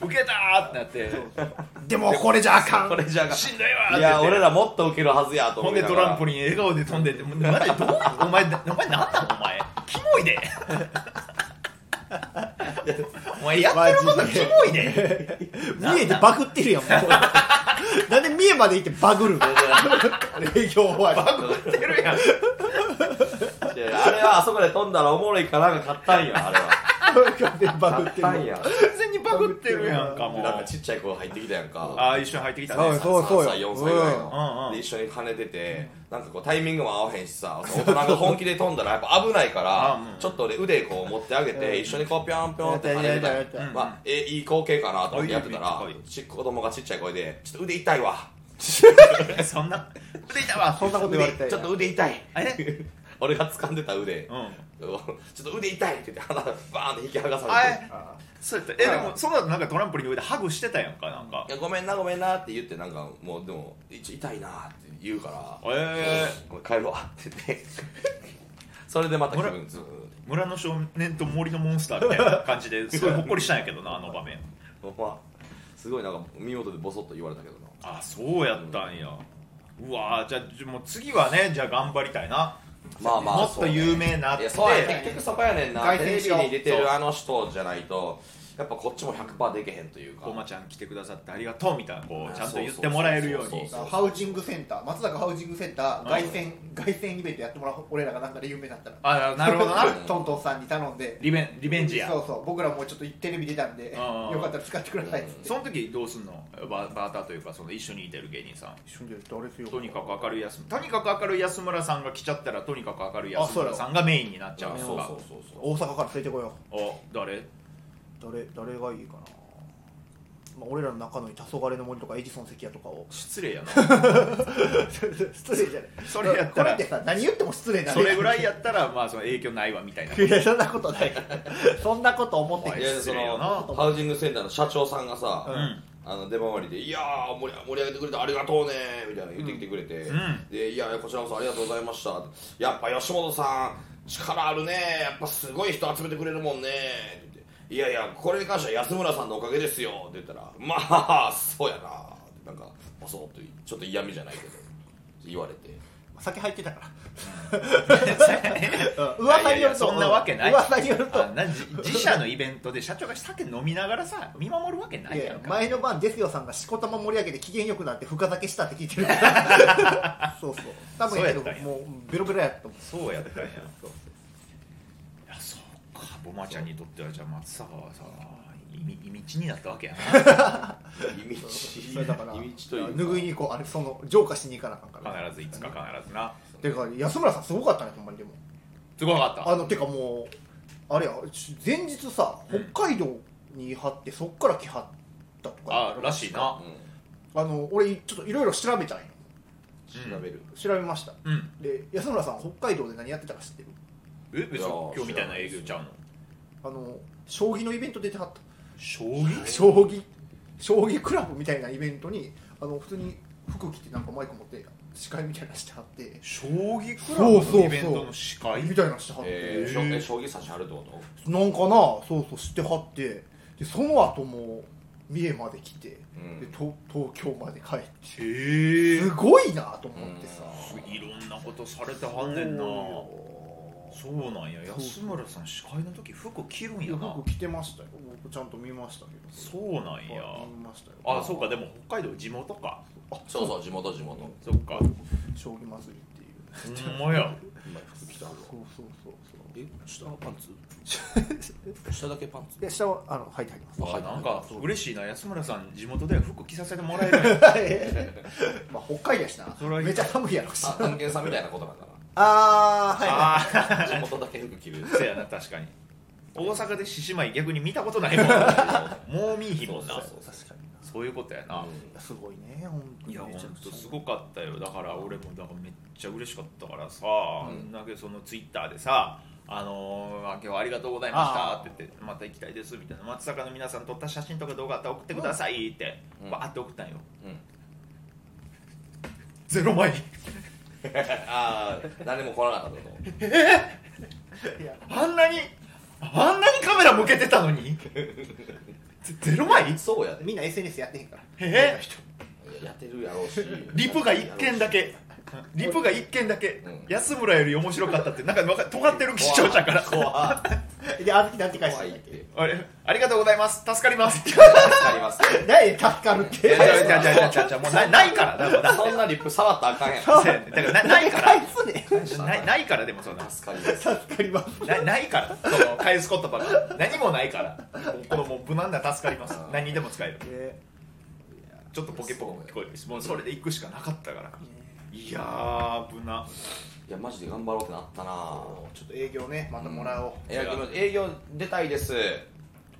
Speaker 1: 受けたーってなって
Speaker 2: でもこれじゃあかん
Speaker 3: これじゃが
Speaker 1: しんどいわーって言って
Speaker 3: いや俺らもっと受けるはずやと
Speaker 1: ほ
Speaker 3: 思
Speaker 1: ん
Speaker 3: い
Speaker 1: で
Speaker 3: なが
Speaker 1: ト
Speaker 3: ら
Speaker 1: ランポリン笑顔で飛んでってもうマジでどういうお前なお前なんなんお前キモいでお前やってることキモいで
Speaker 2: 三重でバグってるや んもうなんで三重まで行ってバグるの営業終わ
Speaker 1: バグってるやん
Speaker 3: いやいやあれはあそこで飛んだらおもろいかなんか買ったんやあれは
Speaker 2: りなんでバ
Speaker 3: 買
Speaker 2: グっ
Speaker 3: ってたん
Speaker 2: る
Speaker 3: や
Speaker 1: 完全にバグってるやんかも
Speaker 3: で
Speaker 1: う
Speaker 3: なんかちっちゃい子が入ってきたやんか
Speaker 1: ああ一緒に入ってきたね
Speaker 2: そうそ
Speaker 3: 3
Speaker 2: う
Speaker 3: 歳4歳ぐらいの、
Speaker 1: うん
Speaker 3: で一緒に跳ねててなんかこうタイミングも合わへんしさ大人が本気で飛んだらやっぱ危ないか
Speaker 1: あ
Speaker 3: ら
Speaker 1: うん
Speaker 3: ちょっと俺腕こう持ってあげて一緒にこうピョンピョンって跳ねてた
Speaker 2: や
Speaker 3: や
Speaker 2: ったやったやった
Speaker 3: んまあえいい光景かなと思ってやってたら
Speaker 1: うん
Speaker 3: ち子供がちっちゃい声で「ちょっと腕痛いわ」
Speaker 1: そんな腕痛いわ
Speaker 2: そんなこと言われた
Speaker 3: ちょっと腕痛い
Speaker 1: あれ
Speaker 3: 俺が掴んでた腕、
Speaker 1: うん
Speaker 3: ちょっと腕痛いって言って鼻バーンって引き剥がさ
Speaker 1: あ
Speaker 3: れて
Speaker 1: えそうやったえでもその後なんかトランポリンの上でハグしてたやんかなんか
Speaker 3: いやごめんなごめんなって言ってなんかもうでも一応痛いなって言うか ら
Speaker 1: ええ
Speaker 3: もう帰ろうって言ってそれでまた気分ずーっ
Speaker 1: 村の少年と森のモンスターみたいな感じですごいほっこりしたんやけどなあの場面
Speaker 3: とほんますごいなんか見事でボソッと言われたけどな
Speaker 1: あそうやったんやうわーじゃあじゃあもう次はねじゃあ頑張りたいな
Speaker 3: まあまあ
Speaker 1: もっと有名になっ
Speaker 3: い
Speaker 1: て
Speaker 3: やそうやね結局そこやねんな
Speaker 2: 凱
Speaker 3: テレ
Speaker 2: 旋し
Speaker 3: ビ
Speaker 2: よう
Speaker 3: に出て
Speaker 1: そう
Speaker 3: るあの人じゃないとやっぱこっちも100%でけへんというか
Speaker 1: コマちゃん来てくださってありがとうみたいなこうちゃんと言ってもらえるよう
Speaker 3: そうそう
Speaker 1: に
Speaker 3: そうそう
Speaker 2: ハウジングセンター松坂ハウジングセンター凱
Speaker 1: う
Speaker 2: 旋凱旋イベントやってもらおう俺らがなんかで有名になったら
Speaker 1: あなるほどな
Speaker 2: トントンさんに頼んで
Speaker 1: リベンリベンジや
Speaker 2: そうそう僕らもちょっとテレビ出たんでよ
Speaker 1: あー
Speaker 2: かったら使ってくださいっつって
Speaker 1: その時どうすんのババーターというかその一緒にいてる芸人さん
Speaker 2: 一緒にやるとあれですよ
Speaker 1: とにかく明るい安とにかく明るい安村さんが来ちゃったらとにかく明るい安村さんがメインになっちゃう
Speaker 3: あ
Speaker 1: んです
Speaker 3: そう
Speaker 1: か
Speaker 3: そうそうそう
Speaker 2: 大阪から連れてこよう
Speaker 1: お誰
Speaker 2: 誰誰がいいかな、まあ、俺らの中のに黄昏の森とかエジソン関谷と かを
Speaker 1: 失礼やな
Speaker 2: 失礼じゃない
Speaker 1: それやったら
Speaker 2: これってさ何言っても失礼な
Speaker 1: それぐ
Speaker 2: い
Speaker 1: らいやったらまあその影響ないわみたいない
Speaker 2: やそんなことないそんなこと思って
Speaker 1: お
Speaker 2: ないい
Speaker 3: いや
Speaker 1: 失
Speaker 3: そ
Speaker 1: 礼よな
Speaker 3: のハウジングセンターの社長さんがさ、
Speaker 1: ん
Speaker 3: あの出回りで「いやー盛り盛り上げてくれてありがとうね」みたいな言ってきてくれて「
Speaker 1: ん
Speaker 3: でいやこちらこそありがとうございました」やっぱ吉本さん力あるねやっぱすごい人集めてくれるもんね」って言っていやいやこれに関しては安村さんのおかげですよ」って言ったら「まあそうやな」ってなんか「あそう」ってちょっと嫌味じゃないけど言われて。
Speaker 2: 酒入ってた から、うん、噂によると
Speaker 1: いやいやそんなわけない
Speaker 2: 噂によると
Speaker 1: あな自自社のイベントで社長が酒飲みながらさ見守るわけないい
Speaker 2: やい
Speaker 1: や
Speaker 2: や
Speaker 1: んか
Speaker 2: 前の晩ですよさんがしこたま盛り上げて機嫌よくなって深酒したって聞い てるからそうそう多分やけ
Speaker 1: そうやった
Speaker 2: ど
Speaker 1: んや
Speaker 2: もうベロベロやったもん
Speaker 1: そうやったんやいやそうかボマちゃんにとってはじゃあ松坂はさいみいみちになったわけや
Speaker 3: 意味
Speaker 2: それだから
Speaker 3: 地というか
Speaker 2: 拭いに行こうあれその浄化しに行かなあかんから
Speaker 1: な必ずいつか必ずな
Speaker 2: てか安村さんすごかったねほんまにでも
Speaker 1: すごかった
Speaker 2: あのてかもうあれやし前日さ北海道に張ってそっから来はったとか
Speaker 1: あらしいな
Speaker 3: う
Speaker 2: あの俺ちょっといろいろ調べたんよ
Speaker 3: ん、調べる、
Speaker 2: 調べました
Speaker 1: うん
Speaker 2: で安村さん北海道で何やってたか知ってる
Speaker 1: え別
Speaker 3: いや
Speaker 1: に
Speaker 3: ー
Speaker 1: 今日みたいな営業ちゃうの
Speaker 2: あの将棋のイベント出てはった
Speaker 1: 将棋
Speaker 2: 将棋将棋クラブみたいなイベントにあの普通に服着てなんかマイク持って司会みたいなのしてはって
Speaker 1: 将棋クラブのイベントの司会
Speaker 2: みたいなのしてはって、
Speaker 3: えーしょえ将棋指しあるってこ
Speaker 2: なんかなそうそうしてはってでその後も三重まで来て、
Speaker 3: うん
Speaker 2: でと東京まで帰って
Speaker 1: へえ
Speaker 2: すごいなと思ってさ、
Speaker 1: いろんなことされてはんねんなそうなんや
Speaker 2: そう
Speaker 1: 安村さん司会の時服着るん
Speaker 2: い
Speaker 1: や
Speaker 2: や
Speaker 1: な
Speaker 2: 僕着てましたよ僕ちゃんと見ましたけど
Speaker 1: そうなんや
Speaker 2: はい見ましたよ
Speaker 1: あそうかでも北海道地元か
Speaker 3: とそうそう地元地元
Speaker 1: そっか
Speaker 2: 将棋祭りっていう
Speaker 1: ほんまや
Speaker 3: 今服着た
Speaker 2: そうそうそうそう
Speaker 3: え下はパ ンツ下だけパンツ
Speaker 2: で下はあの履いてあり ます
Speaker 1: あ
Speaker 3: はい
Speaker 1: なんか嬉しいな安村さん地元では服着させてもらえるん や
Speaker 2: まあ北海道やし
Speaker 1: それは
Speaker 2: ない
Speaker 1: い
Speaker 2: めちゃ寒いやろうし
Speaker 3: あ案件さんみたいなことなんだ
Speaker 2: あーはいはい
Speaker 1: ああ
Speaker 3: な地元だけ服着る
Speaker 1: そうやな確かに大阪で獅子舞逆に見たことないもんも う見いひんもんな
Speaker 3: そうそう
Speaker 2: 確かにな
Speaker 1: そういうことやな、
Speaker 2: すごいね本当に
Speaker 1: いやほ
Speaker 2: め
Speaker 1: ん
Speaker 2: ちゃくち
Speaker 1: と
Speaker 2: ゃ
Speaker 1: すごかったよだから俺もだからめっちゃ嬉しかったからさ、
Speaker 3: うん
Speaker 1: だけどそのツイッターでさ「あのー、あ今日はありがとうございました」
Speaker 2: あー
Speaker 1: って言って「また行きたいです」みたいな「松坂の皆さん撮った写真とか動画あったら送ってください」って
Speaker 3: うん
Speaker 1: バーって送ったんよ、
Speaker 3: うん
Speaker 1: ゼロ枚
Speaker 3: ああ誰も来なかったと
Speaker 2: いや
Speaker 1: あんなにあんなにカメラ向けてたのにゼゼロ枚
Speaker 3: そうやで
Speaker 2: みんな SNS やってへんから
Speaker 1: え
Speaker 3: やってるやろうし
Speaker 1: リプが1件だけリプが1件だけ、
Speaker 3: うん
Speaker 1: 安村より面白かったってなんかわか尖ってる視聴者から
Speaker 3: 怖い
Speaker 2: であずきなんて返し
Speaker 3: 怖
Speaker 2: て
Speaker 3: い
Speaker 2: たっ
Speaker 3: っ
Speaker 2: け
Speaker 3: て
Speaker 1: あれありがとうござ います助かりますじ
Speaker 3: 助かります
Speaker 2: 何助かるっ
Speaker 1: ゃ
Speaker 2: て
Speaker 1: じゃじゃじゃじゃもう なないからだから
Speaker 3: そんなリップ触ったらあかんや
Speaker 1: だからなない から
Speaker 2: 返すね
Speaker 1: ないないからでもそんなん
Speaker 3: 助かります
Speaker 2: 助かります
Speaker 1: なないからその返す言葉が何もないからもうこのもう無難な助かります何にでも使える
Speaker 2: え
Speaker 1: ちょっとポケポケ聞こえるしもうそれで行くしかなかったからいやー無難
Speaker 3: いやマジで頑張ろうってなったな
Speaker 2: ちょっと営業ねまたもらおう、
Speaker 3: いやでも営業出たいです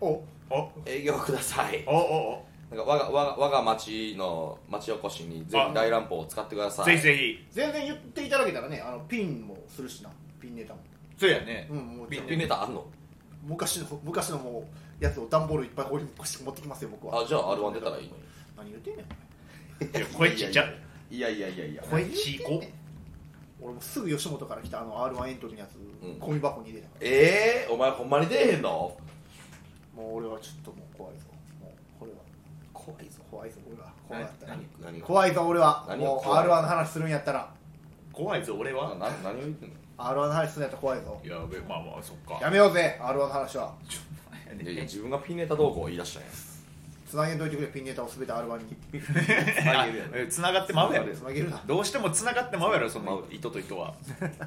Speaker 2: お
Speaker 1: お
Speaker 3: 営業ください
Speaker 1: おおお
Speaker 3: なんか我が我が我が町の町おこしにぜひ大乱暴を使ってください
Speaker 1: ぜひぜひ
Speaker 2: 全然言っていただけたらねあのピンもするしなピンネタも、
Speaker 1: そうやね
Speaker 2: うん、もう
Speaker 3: ピンネタあんの
Speaker 2: 昔の昔のもうやつを段ボールいっぱい放り越して持ってきますよ僕は
Speaker 3: あじゃあ R1 出たらいいのに
Speaker 2: 何言ってんねん
Speaker 1: いや声ちっちゃ
Speaker 3: いやいやいやいや
Speaker 2: お
Speaker 1: こ
Speaker 2: 前
Speaker 1: れちいこ
Speaker 2: 俺もすぐ吉本から来たあの r 1エントリーのやつ、
Speaker 3: ん
Speaker 2: ゴミ箱に入れたか
Speaker 3: ええお前ほんまに出えへんの
Speaker 2: らもう俺はちょっともう怖いぞもうこれは
Speaker 3: 怖いぞ
Speaker 2: 怖いぞ俺は怖かったら
Speaker 3: 何何が
Speaker 2: 怖いぞ俺は
Speaker 3: 何が
Speaker 2: もう
Speaker 3: 怖い
Speaker 2: r 1の話するんやったら
Speaker 1: 怖いぞ俺
Speaker 3: な
Speaker 1: は
Speaker 3: な何を言ってんの
Speaker 2: r 1の話するんやったら怖いぞ
Speaker 1: いやべまあまあそっか
Speaker 2: やめようぜ r 1の話はい
Speaker 3: やいや自分がピンネタ動向を言い出したんや
Speaker 2: つなげんといてくれピンネタを全て r 1に
Speaker 3: あ言えるやろ
Speaker 1: つながってまうやろ
Speaker 2: つなげるな
Speaker 1: どうしてもつながってまうやろそ
Speaker 3: まう
Speaker 1: の糸と糸は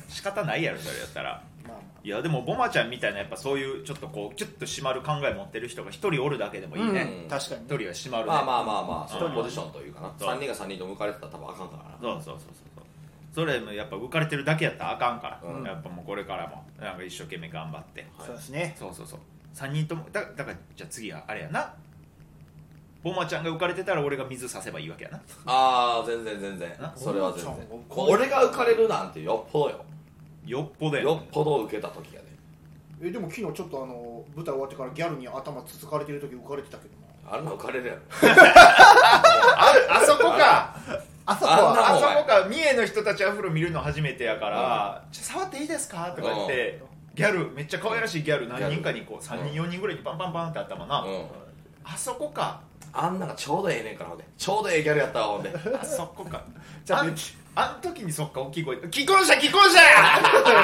Speaker 1: 仕方ないやろそれやったら
Speaker 2: まあ
Speaker 1: いやでもボマちゃんみたいなやっぱそういうちょっとこうキュッと締まる考え持ってる人が一人おるだけでもいいね
Speaker 2: うん確かに
Speaker 1: 一人は締まるね
Speaker 3: まあまあまあまあ
Speaker 1: うん
Speaker 3: そのポジションというかな
Speaker 1: そう
Speaker 3: 3人が3人と向かれてたら多分あかんからな
Speaker 1: そうそうそうそうそれもやっぱ浮かれてるだけやったらあかんから、
Speaker 3: うん
Speaker 1: やっぱもうこれからもなんか一生懸命頑張って
Speaker 2: そうですね
Speaker 1: そうそうそう3人ともだだからじゃあ次はあれやなボマちゃんが浮かれてたら俺が水させばいいわけやな
Speaker 3: ああ全然全然
Speaker 1: な
Speaker 3: それは全
Speaker 2: おもちゃ
Speaker 3: 然
Speaker 2: も
Speaker 3: 俺が浮かれるなんてよっぽどよ
Speaker 1: よっぽどやな
Speaker 3: よっぽど受けた時やで
Speaker 2: えでも昨日ちょっとあの舞台終わってからギャルに頭つつかれてる時浮かれてたけど な
Speaker 3: あんな浮かれるやろ
Speaker 1: あそこか
Speaker 2: あそこ
Speaker 3: あんな
Speaker 2: は
Speaker 1: あそこか三重の人たちアフロ見るの初めてやから「ちょ触っていいですか?」とか言ってギャルめっちゃ可愛らしいギャル何人かにこう
Speaker 3: ギャル
Speaker 1: 3人4人ぐらいにバンバンバンってあったもんな、
Speaker 3: うん
Speaker 1: あそこか
Speaker 3: あんながちょうどええねんからほんでちょうどええギャルやったわ ほんで
Speaker 1: あそこか
Speaker 2: じゃあ
Speaker 1: あん
Speaker 2: めっち
Speaker 1: あん時にそっか大きい声で「既婚者既婚者!」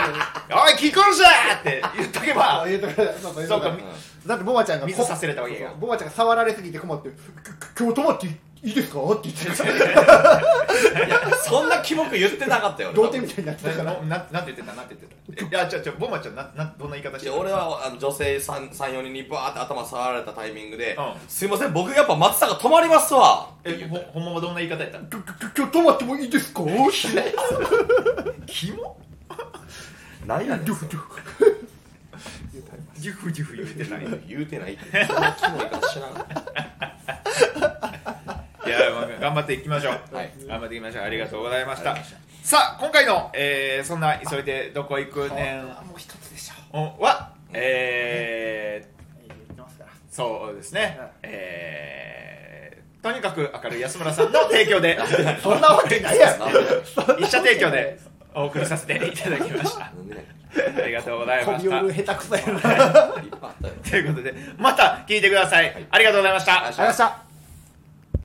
Speaker 1: 「おい既婚者!」って言っとけば
Speaker 2: あ言うとかそうか言うと
Speaker 1: そう
Speaker 2: か
Speaker 1: か
Speaker 2: だってボマちゃんがこ
Speaker 1: 水させれたわけや
Speaker 2: そうそうボマちゃんが触られすぎて困って「今日泊まっていいですか?」って言ってたから
Speaker 3: いやそんなキモく言ってなかったよ俺
Speaker 2: 童貞みたいになってた
Speaker 1: な
Speaker 2: から
Speaker 1: ななんて言ってたなんて言ってたいやちょちょボマちゃんななどんな言い方し
Speaker 3: い
Speaker 1: て
Speaker 3: や
Speaker 1: た
Speaker 3: 俺はあの女性34人にバーって頭触られたタイミングで「
Speaker 1: うん
Speaker 3: すいません僕やっぱ松坂止まりますわ」って
Speaker 1: え
Speaker 3: 言っ
Speaker 1: ほ
Speaker 3: た
Speaker 1: ほんまはどんな言い方やった
Speaker 2: 「今日今日泊まってもいいです か?」って
Speaker 1: キモ
Speaker 3: 何やねん
Speaker 2: ド
Speaker 3: そ
Speaker 2: ゥ
Speaker 3: れ
Speaker 2: ドゥ
Speaker 1: ジュフジュフ言ってない
Speaker 3: 言うてないってそんなキモいから知らん
Speaker 1: いや、まあ頑張っていきましょう、
Speaker 3: はい
Speaker 1: 頑張っていきましょうありがとうございまし
Speaker 3: あ
Speaker 1: た
Speaker 3: りがとう
Speaker 1: さあ今回の、えーそんな急いでどこ行くねん
Speaker 2: あもう一つでしょ
Speaker 1: おはえ
Speaker 2: えー言ってますから
Speaker 1: ーそうですね
Speaker 2: はい
Speaker 1: えーとにかく明るい安村さんの提供 で
Speaker 2: そんなわけない やろ
Speaker 3: なんでやねん
Speaker 1: 一社提供 でお送りさせていただきました
Speaker 3: なんでやね
Speaker 1: ありがとうございま
Speaker 2: 飛び
Speaker 1: し
Speaker 2: 寄
Speaker 1: た
Speaker 2: る下手くそやなありがとうん
Speaker 3: いっぱいあったよ
Speaker 1: ということでまた聞いてください、ありがとうございました
Speaker 2: ございました